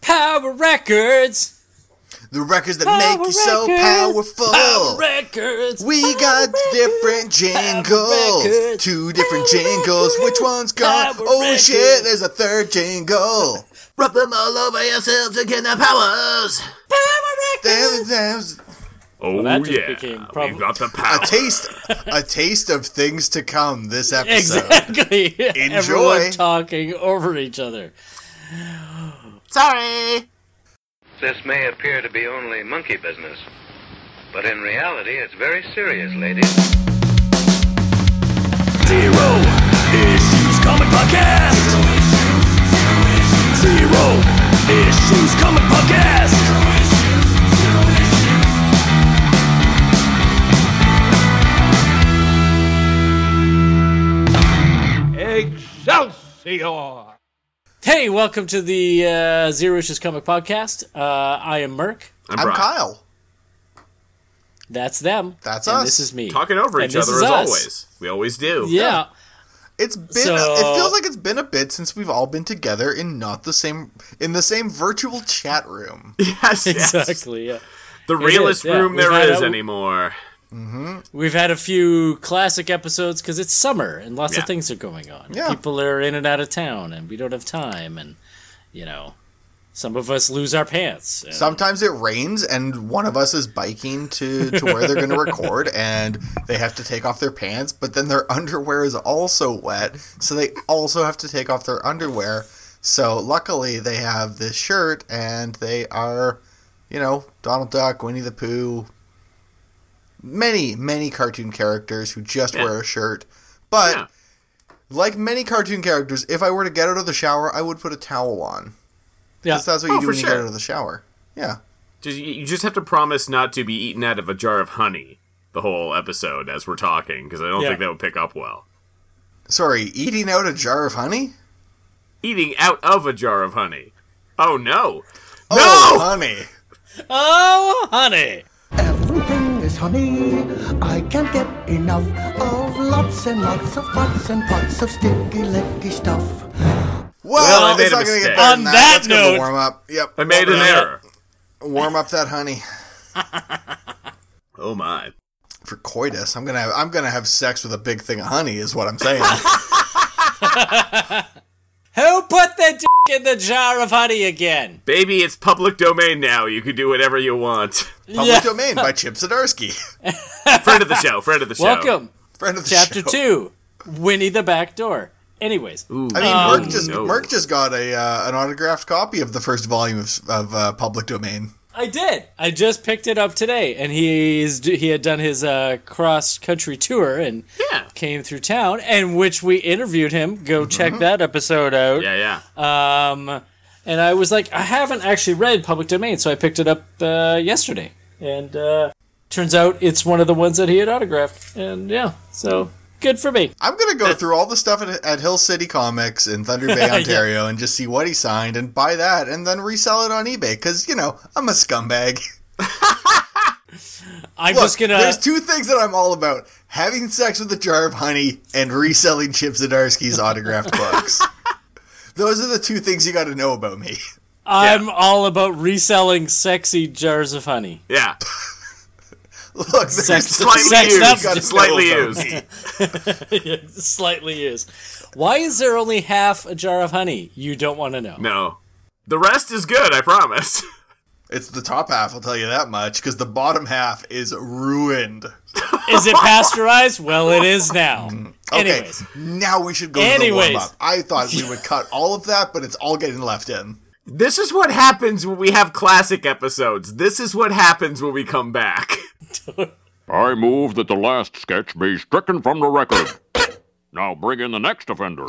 Power Records. The records that make you so Records. powerful. Power Records. Oh. We got different jingles. records. Two different jingles. Which one's gone? Power oh records. shit, there's a third jingle. Rub them all over yourselves and get the powers. There's, there's Oh that just yeah, became prob- we got the a power. taste a taste of things to come this episode. Exactly. Enjoy. Everyone talking over each other. Sorry. This may appear to be only monkey business, but in reality, it's very serious, ladies. Zero Issues Comic Podcast. Zero Issues Comic Podcast. Hey, welcome to the uh, Zero Issues Comic Podcast. Uh, I am Merc. I'm Brian. Kyle. That's them. That's and us. This is me. Talking over And each this other is us. as always. We always do. Yeah. It's been So- it feels like it's been a bit since we've all been together in not the same in the same virtual chat room. Yes, yes. Exactly. Yeah. The realest is, yeah. room We've there had is a- anymore. We've had a few classic episodes because it's summer and lots Yeah. of things are going on. Yeah. People are in and out of town, and we don't have time, and you know, some of us lose our pants. and- Sometimes it rains and one of us is biking to, to where they're going to record and they have to take off their pants, but then their underwear is also wet, so they also have to take off their underwear. So luckily they have this shirt and they are, you know, Donald Duck, Winnie the Pooh, many, many cartoon characters who just wear a shirt. But Yeah. like many cartoon characters, if I were to get out of the shower, I would put a towel on. yeah. 'Cause that's what you Oh, do for when you get sure. out of the shower. Yeah. Just, you you just have to promise not to be eaten out of a jar of honey the whole episode as we're talking, because I don't Yeah. think that would pick up well. Sorry, eating out a jar of honey? Eating out of a jar of honey. Oh no! Oh, honey. Oh, honey. Everything is honey. I can't get enough of lots and lots of pots and pots of sticky, licky stuff. Well, I it's made a not gonna mistake. get better On than that That's gonna note- warm up. Yep. I made an error. Warm up that honey Oh my. for coitus. I'm gonna have I'm gonna have sex with a big thing of honey. Is what I'm saying. Who put the dick in the jar of honey again? Baby, it's public domain now. You can do whatever you want. Public Yeah. domain by Chip Zdarsky, friend of the show, friend of the show. Welcome, friend of the chapter show. two, Winnie the Back Door. Anyways, I mean, Merc just Oh, no. Merc just got a uh, an autographed copy of the first volume of, of uh, Public Domain. I did. I just picked it up today, and he's he had done his uh, cross country tour and Yeah. came through town, and which we interviewed him. Go check that episode out. Yeah, yeah. Um, and I was like, I haven't actually read Public Domain, so I picked it up uh, yesterday, and uh, turns out it's one of the ones that he had autographed, and yeah, so good for me. I'm gonna go through all the stuff at, at Hill City Comics in Thunder Bay, Ontario, and just see what he signed and buy that, and then resell it on eBay because you know I'm a scumbag. I'm Look, just gonna. There's two things that I'm all about: having sex with a jar of honey and reselling Chip Zdarsky's autographed books. Those are the two things you got to know about me. I'm all about reselling sexy jars of honey. Yeah. Look, there's Sex- the Slightly two things you up. gotta know Slightly about used. me. Slightly is. Why is there only half a jar of honey? You don't want to know. No. The rest is good, I promise. It's the top half, I'll tell you that much, because the bottom half is ruined. Is it pasteurized? Well, it is now. Okay, Anyways, now we should go to the Anyways. warm up. I thought we would cut all of that, but it's all getting left in. This is what happens when we have classic episodes. This is what happens when we come back. I move that the last sketch be stricken from the record. Now bring in the next offender.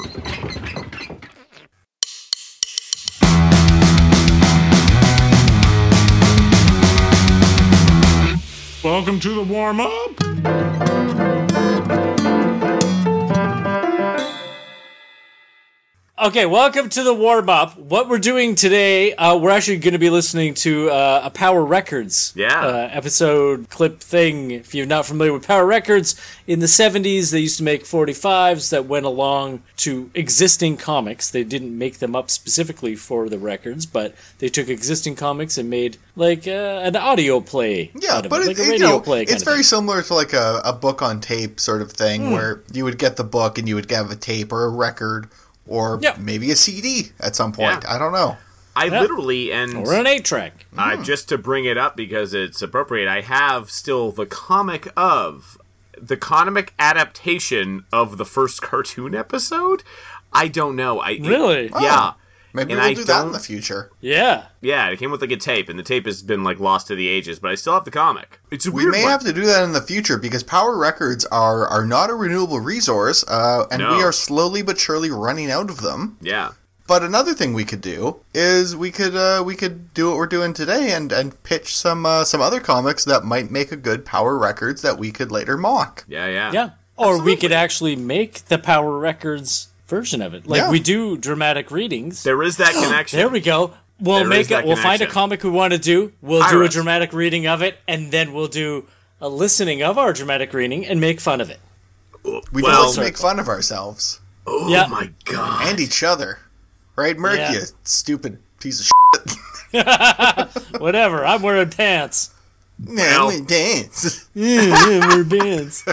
Welcome to the warm up. Okay, welcome to the warm up. What we're doing today, uh, we're actually going to be listening to uh, a Power Records Yeah. uh, episode clip thing. If you're not familiar with Power Records, in the 70s, they used to make 45s that went along to existing comics. They didn't make them up specifically for the records, but they took existing comics and made like uh, an audio play. Yeah, out of it, but it, like it- a you radio know, play. kind it's of thing. Hmm. very similar to like a, a book on tape sort of thing where you would get the book and you would have a tape or a record or Yep. maybe a CD at some point. Yeah. I don't know. I literally and We're on an eight track. uh, just to bring it up because it's appropriate. I have still the comic of the comic adaptation of the first cartoon episode. I don't know. I it- Really? Oh. yeah. Maybe And we'll I do that in don't- the future. Yeah. Yeah, it came with like a tape, and the tape has been like lost to the ages, but I still have the comic. It's a We weird may one. have to do that in the future because power records are are not a renewable resource, uh, and No. we are slowly but surely running out of them. yeah. But another thing we could do is we could uh, we could do what we're doing today and and pitch some uh, some other comics that might make a good power records that we could later mock. Yeah, yeah. Yeah. Or we could actually make the Power Records version of it. Like Yeah. we do dramatic readings. There, There is that connection. we go. We'll There is make that it. We'll find a connection. comic we want to do. We'll do a Iris. dramatic reading of it, and then we'll do a listening of our dramatic reading and make fun of it. We Well- well, just make fun of ourselves Oh Yeah. my god. and each other, right, Merc? Yeah. You stupid piece of Whatever. I'm wearing pants. shit. dance. Wear pants.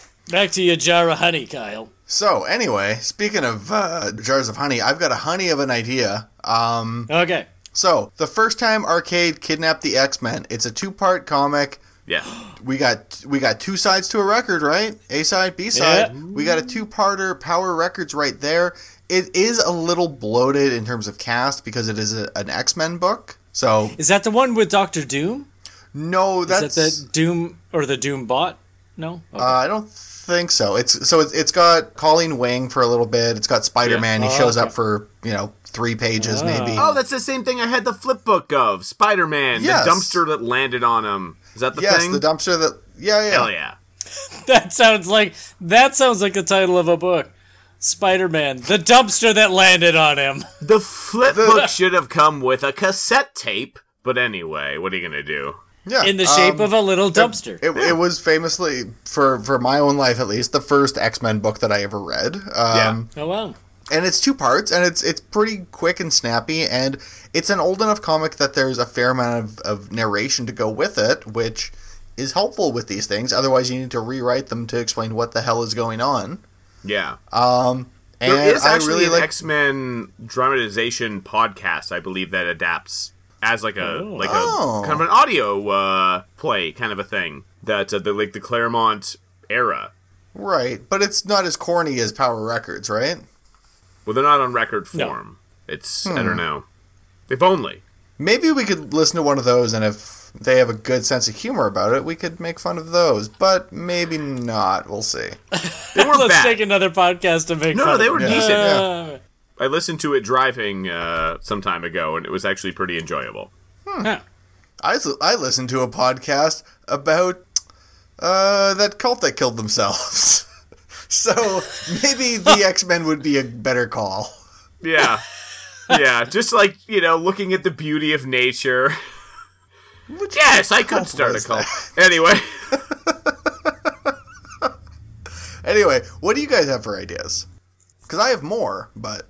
Back to your jar of honey, Kyle. So anyway, speaking of uh, jars of honey, I've got a honey of an idea. Um, Okay. So, The First Time Arcade Kidnapped the X-Men. It's a two-part comic. Yeah. We got we got two sides to a record, right? A side, B side. Yeah. We got a two-parter Power Records right there. It is a little bloated in terms of cast because it is a, an X-Men book. So, Is that the one with Doctor Doom? no, Is that's that the Doom or the Doom bot? No. Okay. Uh, I don't think so. It's so it's, it's got Colleen Wing for a little bit. It's got Spider-Man. He Oh, shows up for, you know, 3 pages maybe. Oh, that's the same thing I had the flip book of Spider Man, Yes. the dumpster that landed on him. Is that the yes, thing? the dumpster that yeah, yeah. Hell yeah. That sounds like that sounds like the title of a book. Spider-Man, the dumpster that landed on him. The flip book should have come with a cassette tape. But anyway, what are you gonna do? Yeah, In the shape um, of a little dumpster. It, it was famously for for my own life at least the first X Men book that I ever read. Um, oh wow. and it's two parts, and it's it's pretty quick and snappy, and it's an old enough comic that there's a fair amount of, of narration to go with it, which is helpful with these things. Otherwise, you need to rewrite them to explain what the hell is going on. Um, yeah. And there is I actually really an like X Men dramatization podcast, I believe, that adapts as like a like a Oh. kind of an audio uh, play kind of a thing. That uh, the like the Claremont era. right, but it's not as corny as Power Records, right? Well, they're not on record form. It's I Hmm. don't know. If only. Maybe we could listen to one of those, and if they have a good sense of humor about it, we could make fun of those. But maybe not. We'll see. They weren't Let's bad. take another podcast and make No, fun no, of they it. were Yeah. decent. Yeah. I listened to it driving uh, some time ago, and it was actually pretty enjoyable. Huh. I, s- I listened to a podcast about uh, that cult that killed themselves. so maybe the X Men would be a better call. Yeah, yeah, just like you know, looking at the beauty of nature. yes, I could start a was cult. Anyway, Anyway, what do you guys have for ideas? Because I have more, but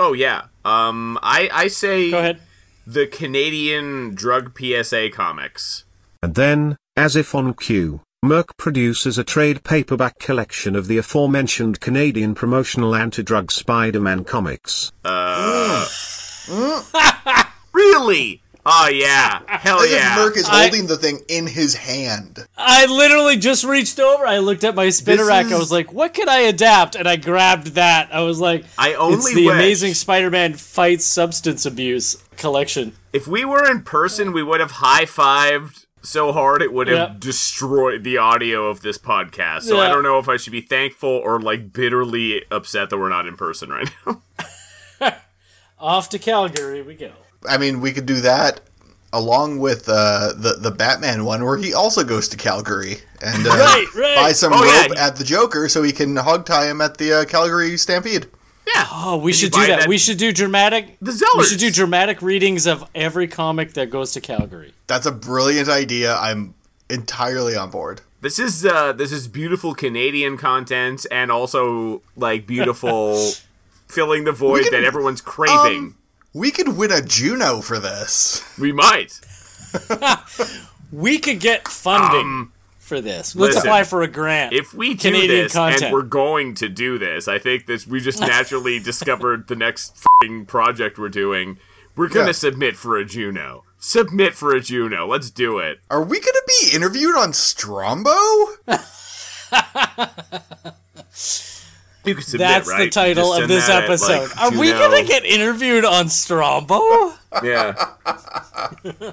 oh yeah, um, I I say Go ahead. the Canadian drug PSA comics. And then, as if on cue, Merck produces a trade paperback collection of the aforementioned Canadian promotional anti-drug Spider-Man comics. Really? Oh yeah, hell David yeah. Merck is I- holding the thing in his hand. I literally just reached over. I looked at my spinner This rack. I is- was like, "What could I adapt?" And I grabbed that. I was like, I it's only the wish- Amazing Spider-Man fights substance abuse collection." If we were in person, we would have high fived so hard it would have Yeah. destroyed the audio of this podcast. So I Yeah. don't know if I should be thankful or like bitterly upset that we're not in person right now. Off to Calgary we go. I mean, we could do that along with uh, the the Batman one, where he also goes to Calgary and uh, Right, right. buy some Oh, yeah, rope he- at the Joker so he can hog tie him at the uh, Calgary Stampede. yeah, Yeah. Oh, we Did you should do buy that. We should do dramatic. The We Zellers. should do dramatic readings of every comic that goes to Calgary. That's a brilliant idea. I'm entirely on board. This is uh, this is beautiful Canadian content and also like beautiful filling the void that everyone's craving. We could win a Juno for this. we might. We could get funding for this. Let's Um, listen, apply for a grant. If we do Canadian this, content. and we're going to do this, I think this we just naturally discovered the next fing project we're doing. We're gonna Yeah. submit for a Juno. Submit for a Juno. Let's do it. Are we going to be interviewed on Strombo? You can submit, That's right? the title Just of send this that at, like, episode. Are we Juno. gonna get interviewed on Strombo? Yeah. yeah.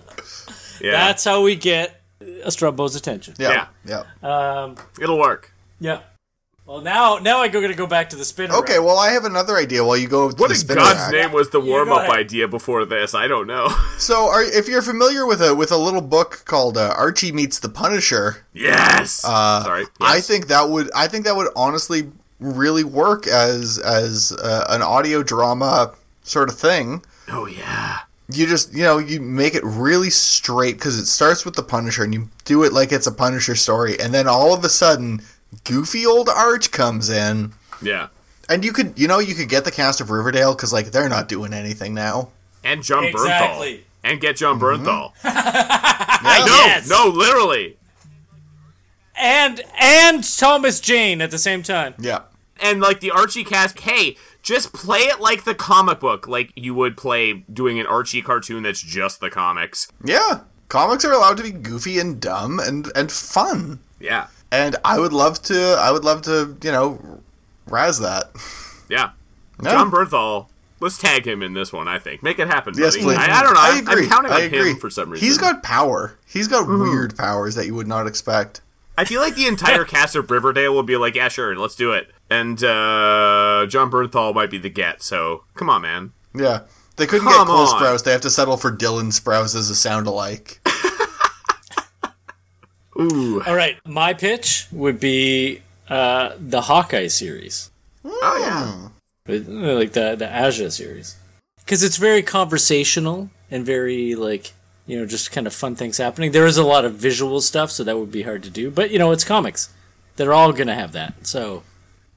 That's how we get a Strombo's attention. Yeah. Yeah. Yeah. It'll work. Yeah. Well, now now I go gonna go back to the spinner. Okay, well, I have another idea while you go to What the in spinner God's rack. name was the warm go up ahead. idea before this? I don't know. So, are, if you're familiar with a with a little book called uh, Archie Meets the Punisher, uh, yes. Sorry. I Yes. think that would I think that would honestly really work as as uh, an audio drama sort of thing. oh yeah. You just you know you make it really straight because it starts with the Punisher and you do it like it's a Punisher story, and then all of a sudden, goofy old Arch comes in, Yeah. and you could you know you could get the cast of Riverdale because like they're not doing anything now. And John Exactly. Bernthal. And get John Mm-hmm. Bernthal. Yeah. No, Yes. no, literally. And and Thomas Jane at the same time. Yeah. and like the Archie cast, hey, just play it like the comic book, like you would play doing an Archie cartoon that's just the comics. Yeah. Comics are allowed to be goofy and dumb and and fun. Yeah, And I would love to I would love to, you know, razz that. yeah. No. John Bernthal, let's tag him in this one. I think make it happen. Yes, buddy. please. I, I don't know. I I agree. am counting I on agree. him for some reason. He's got power. He's got weird powers that you would not expect. I feel like the entire cast of Riverdale will be like, yeah, sure, let's do it. And uh, John Bernthal might be the get. So come on, man. Yeah. They couldn't get Come Cole on. Sprouse. They have to settle for Dylan Sprouse as a sound alike. All right, my pitch would be uh, the Hawkeye series, Oh yeah, Uh, like the the Asia series, because it's very conversational and very like you know just kind of fun things happening. There is a lot of visual stuff, so that would be hard to do. But you know, it's comics; they're all gonna have that. So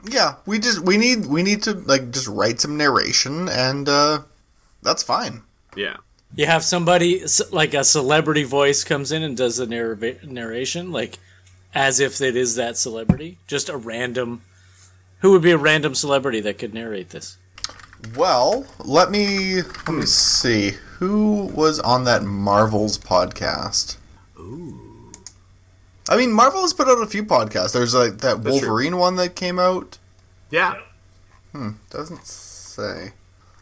yeah. We just we need we need to like just write some narration and uh that's fine. yeah. you have somebody s- like a celebrity voice comes in and does the narr- narration, like as if it is that celebrity, just a random. Who would be a random celebrity that could narrate this? Well, let me let me see. Who was on that Marvel's podcast? Ooh. I mean, Marvel has put out a few podcasts. There's like that true. Wolverine one that came out. Yeah, Doesn't say.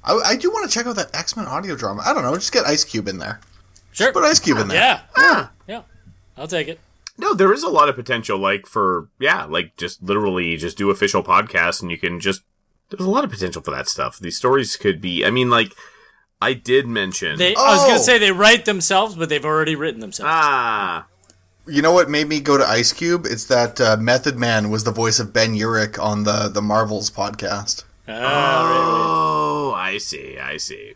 I, I do want to check out that X Men audio drama. I don't know. Just get Ice Cube in there. Sure. Put Ice Cube in there. Yeah. Ah. Yeah. I'll take it. No, there is a lot of potential, like for yeah, like just literally just do official podcasts, and you can just. There's a lot of potential for that stuff. These stories could be. I mean, like I did mention. They, I was Oh! gonna say they write themselves, but they've already written themselves. ah, You know what made me go to Ice Cube? It's that uh, Method Man was the voice of Ben Urich on the the Marvels podcast. oh, I see, I see.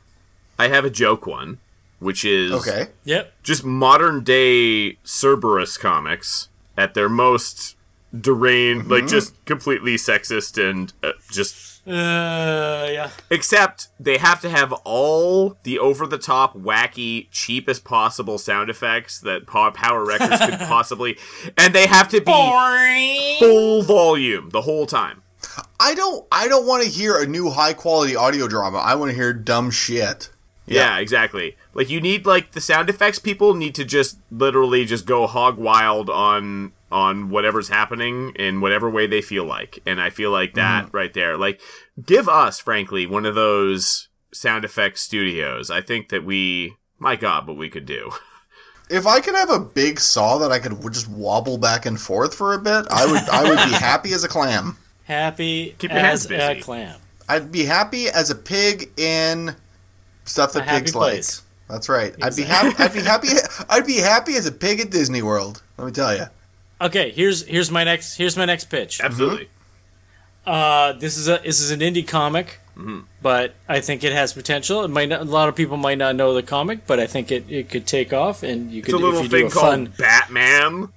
I have a joke one, which is Okay. yep. just modern day Cerberus comics at their most deranged, like just completely sexist and uh, just Uh, yeah. Except they have to have all the over the top, wacky, cheap as possible sound effects that Pa- Power Records could possibly. And they have to be full volume the whole time. I don't I don't want to hear a new high quality audio drama. I want to hear dumb shit. Yeah. exactly. Like you need like the sound effects people need to just literally just go hog wild on on whatever's happening in whatever way they feel like. And I feel like that right there. Like give us frankly one of those sound effects studios. I think that we my god, what we could do. If I could have a big saw that I could w- just wobble back and forth for a bit, I would I would be happy as a clam. Happy Keep your as hands a busy. clam. I'd be happy as a pig in stuff that A happy pigs place. like. That's right. I'd be happy. I'd be happy. I'd be happy as a pig at Disney World. Let me tell you. Okay, here's here's my next here's my next pitch. Absolutely. Uh, this is a this is an indie comic Mm-hmm. But I think it has potential. It might not, a lot of people might not know the comic, but I think it, it could take off, and you It's could a if little you thing do a fun. called Batman.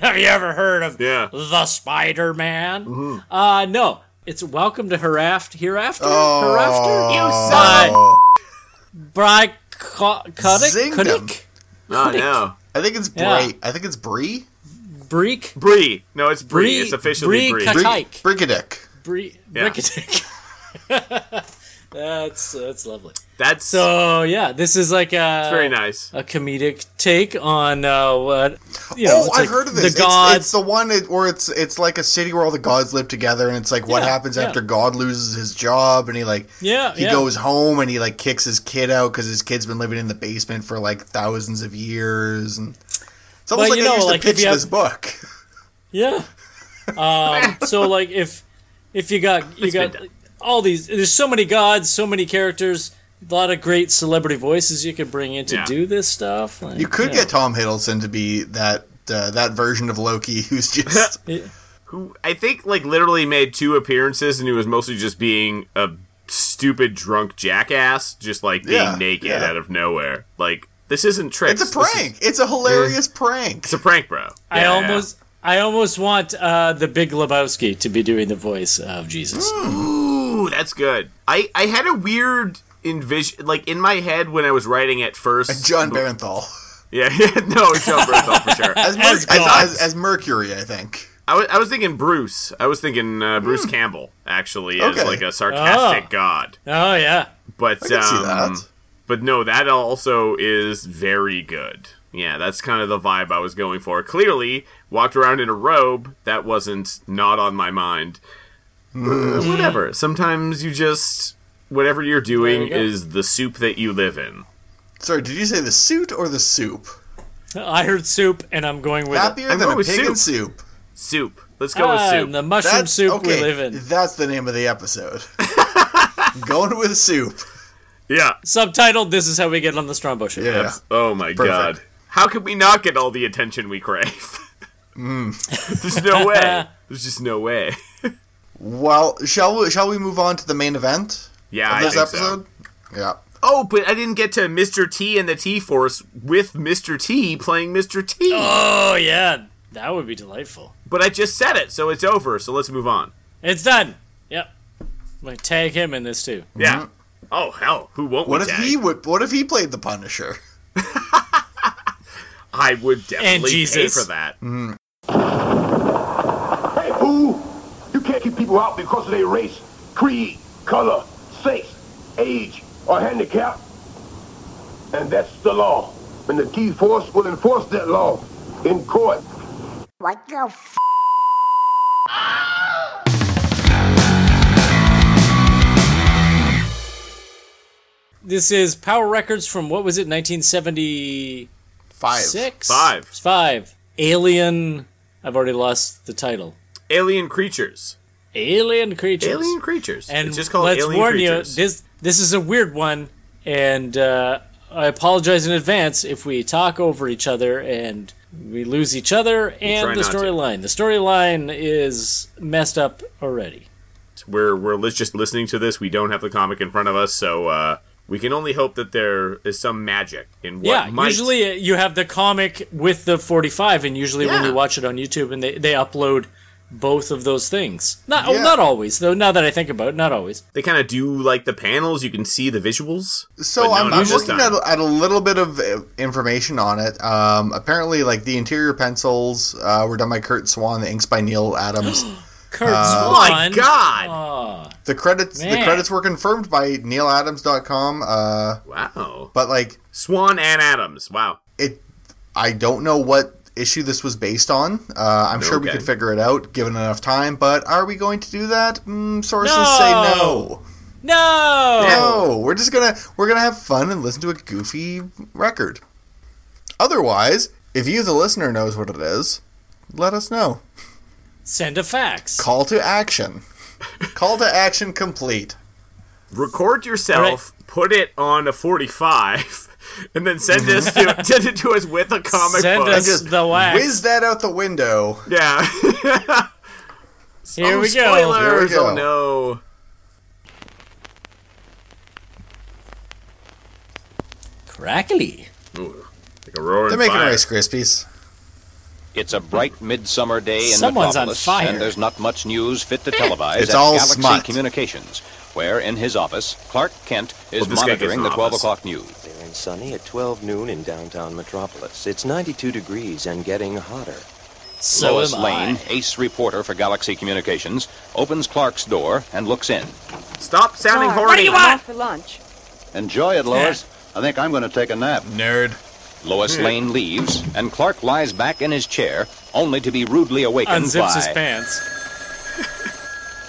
Have you ever heard of Yeah. the Spider Man? Mm-hmm. Uh, no, it's Welcome to Heraft Hereafter. Hereafter. Uh, You Oh, son. Bry Kuddick. Zinged him. Kuddick. Oh no, I think it's Brie. Yeah. I think it's Brie. Breek. Bree. No, it's Bree. Bree- It's officially Bree Bree. Cut- Brie Tyke. Brigadick. Bre- Yeah. Brickadick. that's that's lovely. That's So uh, yeah, this is like a very nice. a comedic take on uh, what you know. oh, it's I've like heard of this. The gods. It's, it's the one it, where it's it's like a city where all the gods live together, and it's like what Yeah, happens yeah. after God loses his job, and he like Yeah, he yeah. goes home and he like kicks his kid out because his kid's been living in the basement for like thousands of years, and it's Well, almost like you they know, used like, to if pitch you have- this book. Yeah. Um, so like if if you got you It's been got done. all these there's so many gods, so many characters, a lot of great celebrity voices you could bring in to Yeah. do this stuff. Like, You could yeah. get Tom Hiddleston to be that uh, that version of Loki who's just Who I think like literally made two appearances, and he was mostly just being a stupid drunk jackass, just like being Yeah, naked yeah. out of nowhere. Like this isn't tricks. it's a This is- prank. It's a hilarious prank. it's a prank, bro. I Yeah. almost I almost want uh, the Big Lebowski to be doing the voice of Jesus. Hmm. Ooh, that's good. I I had a weird envision, like in my head when I was writing at first. John Barenthal Yeah, yeah, no, John Bernthal for sure. as, Mer- As as, gods. as- as Mercury, I think. I was, I was thinking Bruce. I was thinking uh, Bruce Campbell actually as Hmm. Okay. like a sarcastic Oh. god. Oh yeah. But I can see um, that. But no, that also is very good. Yeah, that's kind of the vibe I was going for. Clearly, walked around in a robe. That wasn't not on my mind. Uh, Hmm. whatever. Sometimes you just whatever you're doing go. is the soup that you live in. Sorry, did you say the suit or the soup? I heard soup and I'm going with it. Happier I'm than a going pig with and soup. Soup. Let's go with Ah, soup. The mushroom That's soup okay. we live in. That's the name of the episode. Going with soup. yeah. Subtitled This is how we get on the Strombo show. Yeah. Abs- Oh my god. How could we not get all the attention we crave? There's no way. There's just no way. Well, shall we shall we move on to the main event Yeah, of I this think so. episode? Yeah. Oh, but I didn't get to Mr. T and the T Force with Mr. T playing Mr. T. Oh yeah. That would be delightful. But I just said it, so it's over. So let's move on. It's done. Yep. I'm gonna tag him in this too. Yeah. Oh hell, who won't? Mm-hmm. What we if tag? he would? What if he played the Punisher? I would definitely pay Jesus. for that. Hey, fool! You can't keep people out because of their race, creed, color, sex, age, or handicap. And that's the law. And the T-Force will enforce that law in court. What the f- This is Power Records from what was it, 1976? Five. Five. Five. Alien. I've already lost the title. Alien creatures. Alien creatures. Alien creatures. And it's just called let's Alien warn creatures. you, this this is a weird one, and uh, I apologize in advance if we talk over each other and we lose each other try and the not to. storyline. The storyline is messed up already. we're we're li- just listening to this. We don't have the comic in front of us, so uh, we can only hope that there is some magic in what yeah, might. usually uh, you have the comic with the 45, and usually when Yeah. you watch it on YouTube, and they, they upload both of those things. Not oh, Yeah. not always, though. Now that I think about it, not always. they kind of do like the panels. You can see the visuals. So but no, I'm, not I'm this looking at, time. at a little bit of uh, information on it. Um, apparently, like the interior pencils uh, were done by Kurt Swan, the inks by Neil Adams. Kurt Oh Swan. my god! Uh, the credits the Man. credits were confirmed by NeilAdams.com. Uh, wow, but like Swan and Adams. Wow. it, I don't know what issue this was based on. Uh, I'm sure we Okay. could figure it out given enough time. But are we going to do that? Mm, sources No. say no. No. No, we're just gonna we're gonna have fun and listen to a goofy record. Otherwise, if you, the listener, knows what it is, let us know. Send a fax. Call to action. Call to action complete. Record yourself. Put it on a forty-five. And then send this to send it to us with a comic Send book. us- The wax. whiz that out the window. Yeah. Here Oh, we go. Spoilers. Here we go. Oh no. crackly. Ooh, like a roaring They're making fire. Rice Krispies. It's a bright midsummer day in Someone's on Metropolis, fire. and there's not much news fit to televise It's at all Galaxy smut. Communications, where in his office, Clark Kent is Well, this guy gets monitoring an the 12 office. o'clock news. Clear and sunny at 12 noon in downtown Metropolis. It's 92 degrees and getting hotter. So Lois am I. Lane, ace reporter for Galaxy Communications, opens Clark's door and looks in. Stop sounding horny. I'm out for lunch. Enjoy it, Lois. I think I'm going to take a nap. Nerd. Lois Hmm. Lane leaves, and Clark lies back in his chair, only to be rudely awakened Unzips by his pants.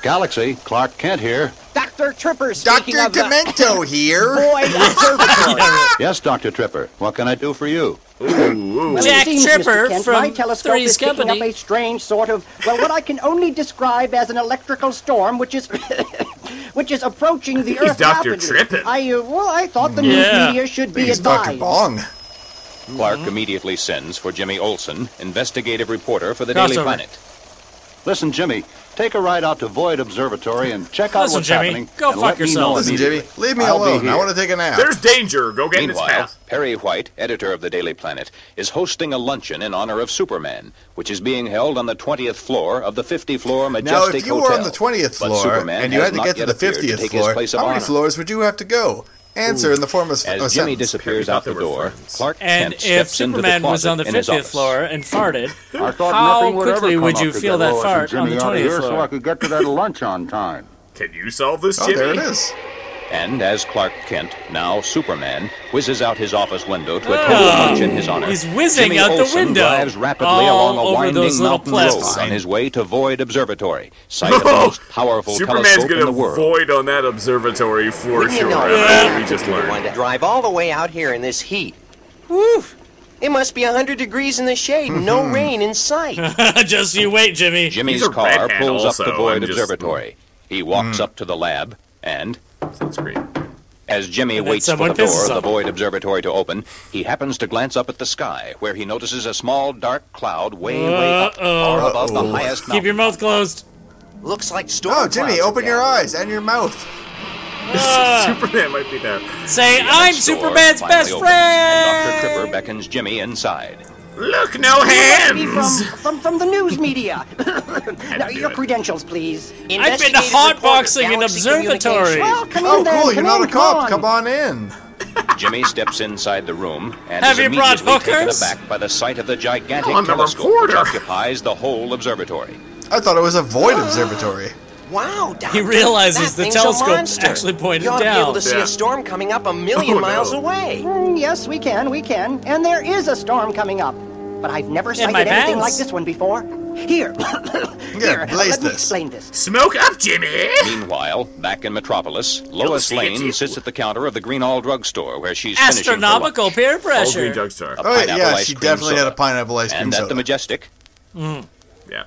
Galaxy. Clark Kent here. Dr. Dr. Tripper speaking of the- Demento here. Boy, observatory. Yes, Doctor Tripper. What can I do for you? Well, it seems, Mr. Kent, my telescope Three's is picking Company. up a strange sort of, well, what I can only describe as an electrical storm, which is, which is approaching the think he's Earth Dr. rapidly. Trippin. I, uh, well, I thought the news Yeah. media should be He's advised. Dr. Bong. Clark immediately sends for Jimmy Olson, investigative reporter for the Daily Crossover. Planet. Listen, Jimmy, take a ride out to Void Observatory and check out Listen, what's Jimmy, happening. go and fuck let me yourself. know Listen, Jimmy, immediately. leave me I'll be alone. I here. wanna take a nap. There's danger. Go get in its Meanwhile, path. Perry White, editor of the Daily Planet, is hosting a luncheon in honor of Superman, which is being held on the 20th floor of the 50-floor Now, Majestic if you Hotel. were on the 20th But floor Superman and you has had to not get to yet the appeared 50th take his floor, place of how many honor. floors would you have to go? Answer Ooh. in the form of As a Jimmy sentence. disappears out the door, Clark And Kent if steps Superman into the was closet on the in his 50th office. floor and farted, I thought how nothing would ever quickly come would up you to feel get that Lois and fart on Jimmy the out of here 20th So I floor? could get to that lunch on time. Can you solve this, Oh, Jimmy? there it is. And as Clark Kent, now Superman, whizzes out his office window to attend Oh, Ah. lunch in his honor, he's whizzing Jimmy out the Olsen window, drives rapidly all along a over those winding little mountain road plebs. on his way to Void Observatory, site of the most powerful Superman's telescope in gonna the world. void on that observatory for Wouldn't you sure. know after it? what Yeah. We just learned. Drive all the way out here in this heat. Woof! It must be 100 degrees in the shade, no rain in sight. Just you wait, Jimmy. Jimmy's car pulls up to Void Observatory. He Hmm. walks up to the lab and. As Jimmy And then waits for the someone door pisses of the on him. Void Observatory to open, he happens to glance up at the sky, where he notices a small dark cloud way, way up, Uh-oh. far above the Uh-oh. highest Keep mountain. your mouth closed. Looks like storm. Oh, Jimmy, open your eyes and your mouth. Ah. Superman might be there. Say, The I'm entrance door Superman's finally best opens, and Dr. friend! Tripper beckons Jimmy inside. Look, no Must be hands! From, from, from the news media. now, your credentials, please. I've been to hotboxing in observatory. Well, come in oh, then. cool. You're come not in, a cop. on. Come on in. Jimmy steps inside the room and Have is you brought immediately taken hookers? aback by the sight of the gigantic No, I'm a telescope which reporter. occupies the whole observatory. I thought it was a void observatory. Wow, Doctor. He realizes that the thing's telescope a monster. actually pointed you ought to be able down. to see Yeah. a storm coming up a million Oh, no. miles away. Mm, yes, we can, we can. And there is a storm coming up. But I've never In sighted my anything pants. like this one before. Here, here, let me explain this. Smoke up, Jimmy! Meanwhile, back in Metropolis, Lois Lane sits at the counter of the Greenall drugstore where she's Astronomical peer pressure. finishing her lunch. A Oh, pineapple yeah, ice she cream definitely had a soda. pineapple ice cream And at soda. the Majestic, Yeah.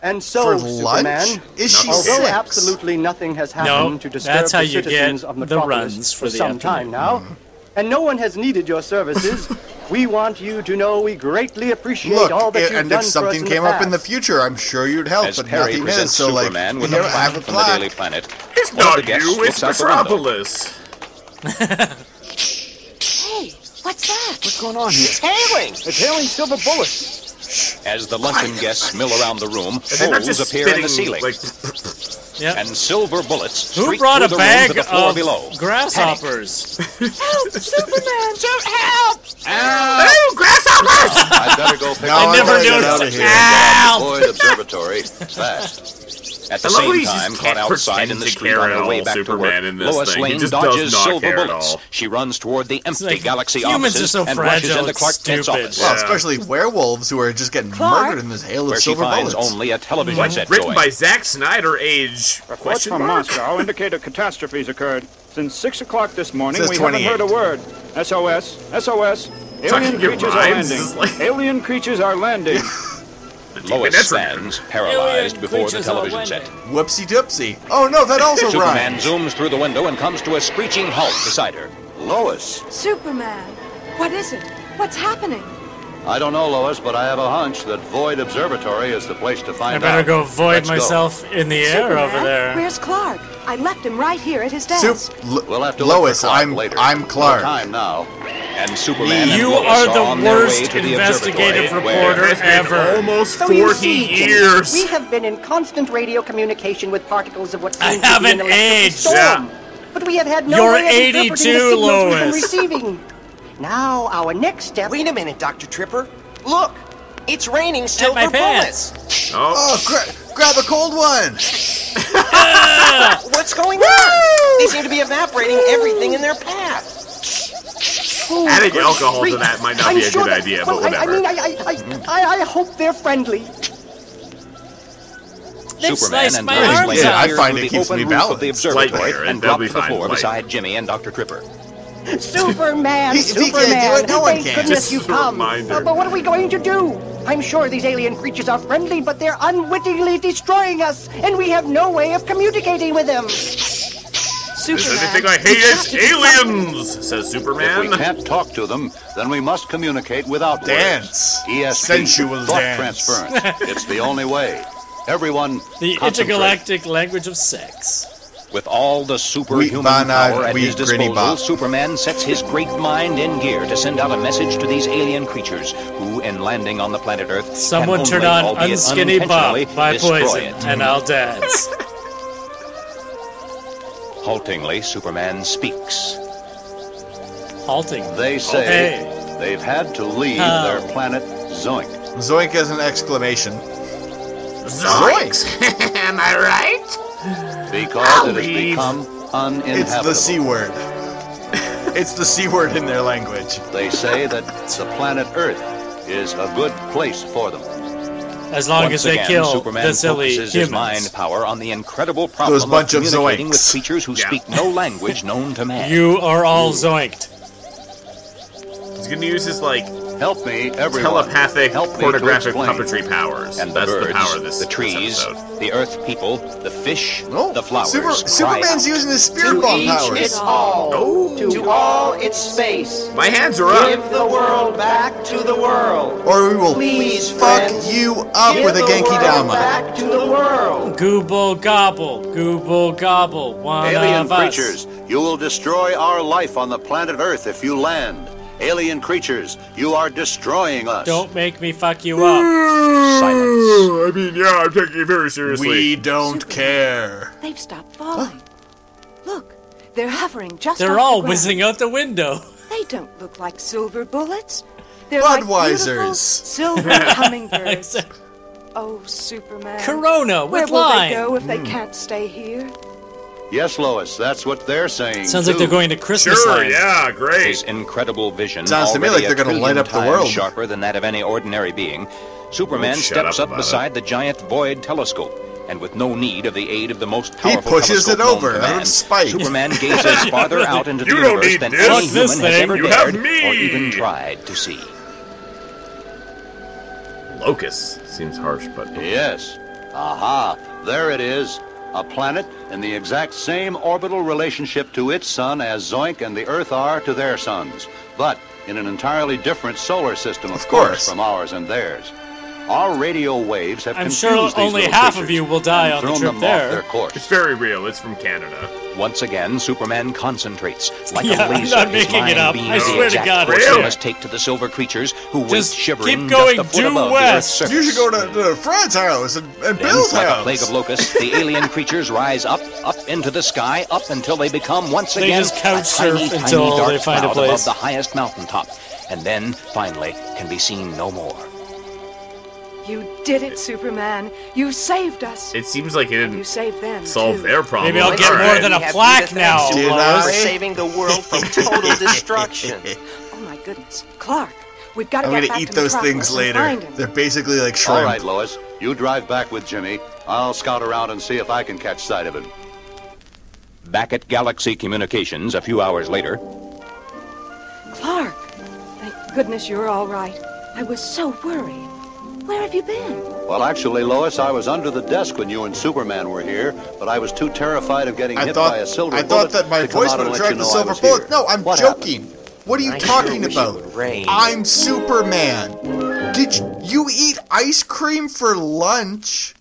And so, For lunch? Oh, Superman, Oh, Is she although six? absolutely nothing has happened No, to disturb that's how the you citizens get of the Metropolis runs for for the some time afternoon. now, and no one has needed your services, we want you to know we greatly appreciate Look, all that i- you've and done if for us something in came the up in past. the future, I'm sure you'd help, as Oh, but Perry nothing is. presents So, like, Superman with here, a I have a plaque from the Daily plaque. Planet, It's one of the not guests you, it's looks out the window. Metropolis. Hey, what's that? What's going on here? It's hailing. It's hailing silver bullets. As the luncheon guests mill uh, around the room, they're not holes just appear in the spitting, ceiling. like- And silver bullets Who streak brought through a the bag room to the floor of below. grasshoppers? Help, Superman! Don't help! Oh, Ow! grasshoppers! I'd better go pick No, I up never Void noticed. out of here. Ow! Void Observatory. Fast. At the I love how same he just time, can't caught outside pretend in the to street care on at her way all, back Superman, to work, in this Lois thing. He Lane just does dodges not silver care at bullets. all. She runs toward the empty Galaxy humans offices are so and rushes fragile into and Clark Kent's stupid. office. Well, especially werewolves who are just getting Clark? murdered in this hail of Where she silver finds bullets. only a television What? set Written going. by Zack Snyder, age Reports question from mark. Moscow indicate a catastrophe's occurred. Since 6 o'clock this morning, Says we haven't 28. heard a word. SOS, SOS, alien Talking your creatures are rhymes landing. is like- Alien creatures are landing. Lois That's stands paralyzed Alien before the creatures television are set. Whoopsie doopsie. Oh no, that also Superman rhymes. zooms through the window and comes to a screeching halt beside her. Lois. Superman, what is it? What's happening? I don't know, Lois, but I have a hunch that Void Observatory is the place to I find better go void myself in the air Superman? over there. Where's Clark? I left him right here at his desk. Soup. L- We'll have Lois, I'm I'm Clark. now. and Superman and You Lois are the on their way worst to the investigative observatory where- reporter It's been ever. almost So you 40 see, Jimmy, years. we have been in constant radio communication with particles of what I seems to have be an an electrical age. storm. But we have had no You're way of interpreting the 82, signals we've been Lois. receiving. Now our next step. Wait a minute, Doctor Tripper. Look, It's raining silver bullets. Oh, gra- grab a cold one. What's going on? They seem to be evaporating everything in their path. Adding alcohol to great. that might not I'm be a sure good that- idea, well, but I, I whatever. mean, I, I, I, I, I hope they're friendly. Superman and my Lois arms later out. appear I find through it the keeps open me roof of the balanced. observatory Lightweight, and and that'll drop be to the fine, floor lightweight. beside Jimmy and Dr. Tripper. Superman, If he Superman, can't do it, no one thank can. goodness Just you a come. reminder. Uh, but what are we going to do? I'm sure these alien creatures are friendly, but they're unwittingly destroying us, and we have no way of communicating with them. Is anything I hate is aliens, says Superman. If we can't talk to them, then we must communicate without dance. Words. ESP, Sensual E thought dance. transference. it's the only way. Everyone, The concentrate. intergalactic language of sex. With all the superhuman banana, power at wheat his gritty disposal, bop. Superman sets his great mind in gear to send out a message to these alien creatures who, in landing on the planet Earth, Someone can turn only, on albeit Unskinny unintentionally, Bob by destroy Poison, it. and I'll dance. Haltingly, Superman speaks. Halting. They say they've had to leave Ah. Oh. their planet Zoink. Zoink is an exclamation. Zoinks! Am I right? Because it has become uninhabitable. It's the C word. it's the C word in their language. They say that the planet Earth is a good place for them. As long Once as they again, kill Superman the silly focuses humans. his mind power on the incredible problem Those bunch of of communicating with zoinks. creatures who speak no language known to man. You are all zoinked. He's gonna use his like help me everyone. telepathic Help me to pornographic explain. puppetry powers. And the That's birds, the power of this. the this trees, episode. the earth people, the fish, the flowers. Super- cry Superman's out. using his spirit bomb powers. all. Oh, To all its space. My hands are Ah. up. Give the world back to the world. Or we will Please, fuck friends, you up give with a the Genki world Dama. Back to the world. Gooble gobble, gooble gobble, one Alien of us. creatures, you will destroy our life on the planet Earth if you land. Alien creatures, you are destroying us. Don't make me fuck you up. I mean, yeah, I'm taking it very seriously. We don't care. They've stopped falling. Look, they're hovering just off They're all the ground. whizzing out the window. They don't look like silver bullets. They're like beautiful Budweisers. silver hummingbirds. Oh, Superman. Corona Where with will lime. they go if they can't stay here? Yes, Lois, that's what they're saying. Sounds like too. they're going to Christmas Sure, land. yeah, great. His incredible vision. Sounds to me already like they're a gonna light trillion up the times world. Sharper than that of any ordinary being, Superman Oh, shut steps up up about beside the giant void telescope, and with no need of the aid of the most He powerful pushes it telescope known over to out man, of spite. Superman gazes farther out into the You don't universe need than this. any Fuck this human has thing. ever You dared have or me. even tried to see. Locus seems harsh, but Yes. Aha, there it is. A planet in the exact same orbital relationship to its sun as Zoink and the Earth are to their suns, but in an entirely different solar system, of, course. from ours and theirs. Our radio waves have I'm confused sure these only little half of creatures you will die and on the thrown trip them there. Off their course. It's very real. It's from Canada. Once again, Superman concentrates like Yeah, a I'm laser. not his making it mind up. beams I the swear to exact God, course it's he it. must take to the silver creatures who wait Just shivering keep going just a foot due above the Earth's west. surface. You should go to, to Fred's house and, and Then, Bill's like a house. plague of locusts, the alien creatures rise up, up into the sky, up until they become once They again just couch a tiny, surf tiny until dark they find a cloud above place. the highest mountaintop, and then finally can be seen no more. You did it, Superman. You saved us. It seems like he You didn't saved them. solve too. their problem. Maybe I'll get All more than a We have plaque you to thank, now, Superman, Lois. for saving the world from total destruction. Oh my goodness, Clark. We've got to I'm get gonna back eat to those Metropolis things and later. find him. They're basically like shrimp. All right, Lois, you drive back with Jimmy. I'll scout around and see if I can catch sight of him. Back at Galaxy Communications a few hours later, Clark, thank goodness you're all right. I was so worried. Where have you been? well, actually, Lois, I was under the desk when you and Superman were here, but I was too terrified of getting I hit thought- by a silver I bullet thought that my to come voice out would and let attract you know the I silver was here. bullet. No, I'm What happened? joking. What are you I talking sure wish it about? would rain. I'm Superman. Did you, you eat ice cream for lunch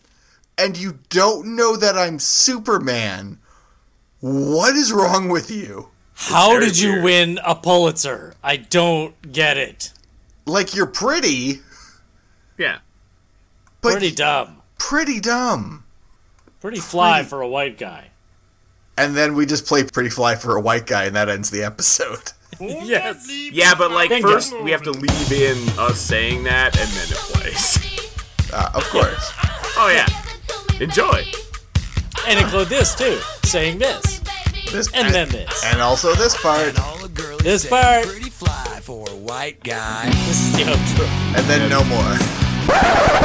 and you don't know that I'm Superman? What is wrong with you? How very did you weird. win a Pulitzer? I don't get it. Like you're pretty. Yeah. pretty dumb. Pretty dumb. Pretty fly for a white guy. And then we just play Pretty Fly for a White Guy, and that ends the episode. yes. Yeah, but like Bingo. first we have to leave in us saying that, and then it plays. Uh, of course. oh yeah. Enjoy. And include this too, saying this. This and then this. And also this part. This part. Pretty fly for a white guy. This is the outro. And then no more.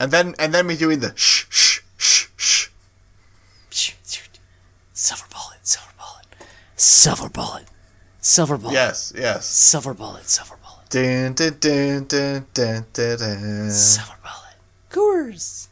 And then and then me doing the shh shh shh shh. Silver bullet, silver bullet, silver bullet, silver bullet. Yes, yes. Silver bullet, silver bullet. Dun, dun, dun, dun, dun, dun, dun. Silver bullet. Coors.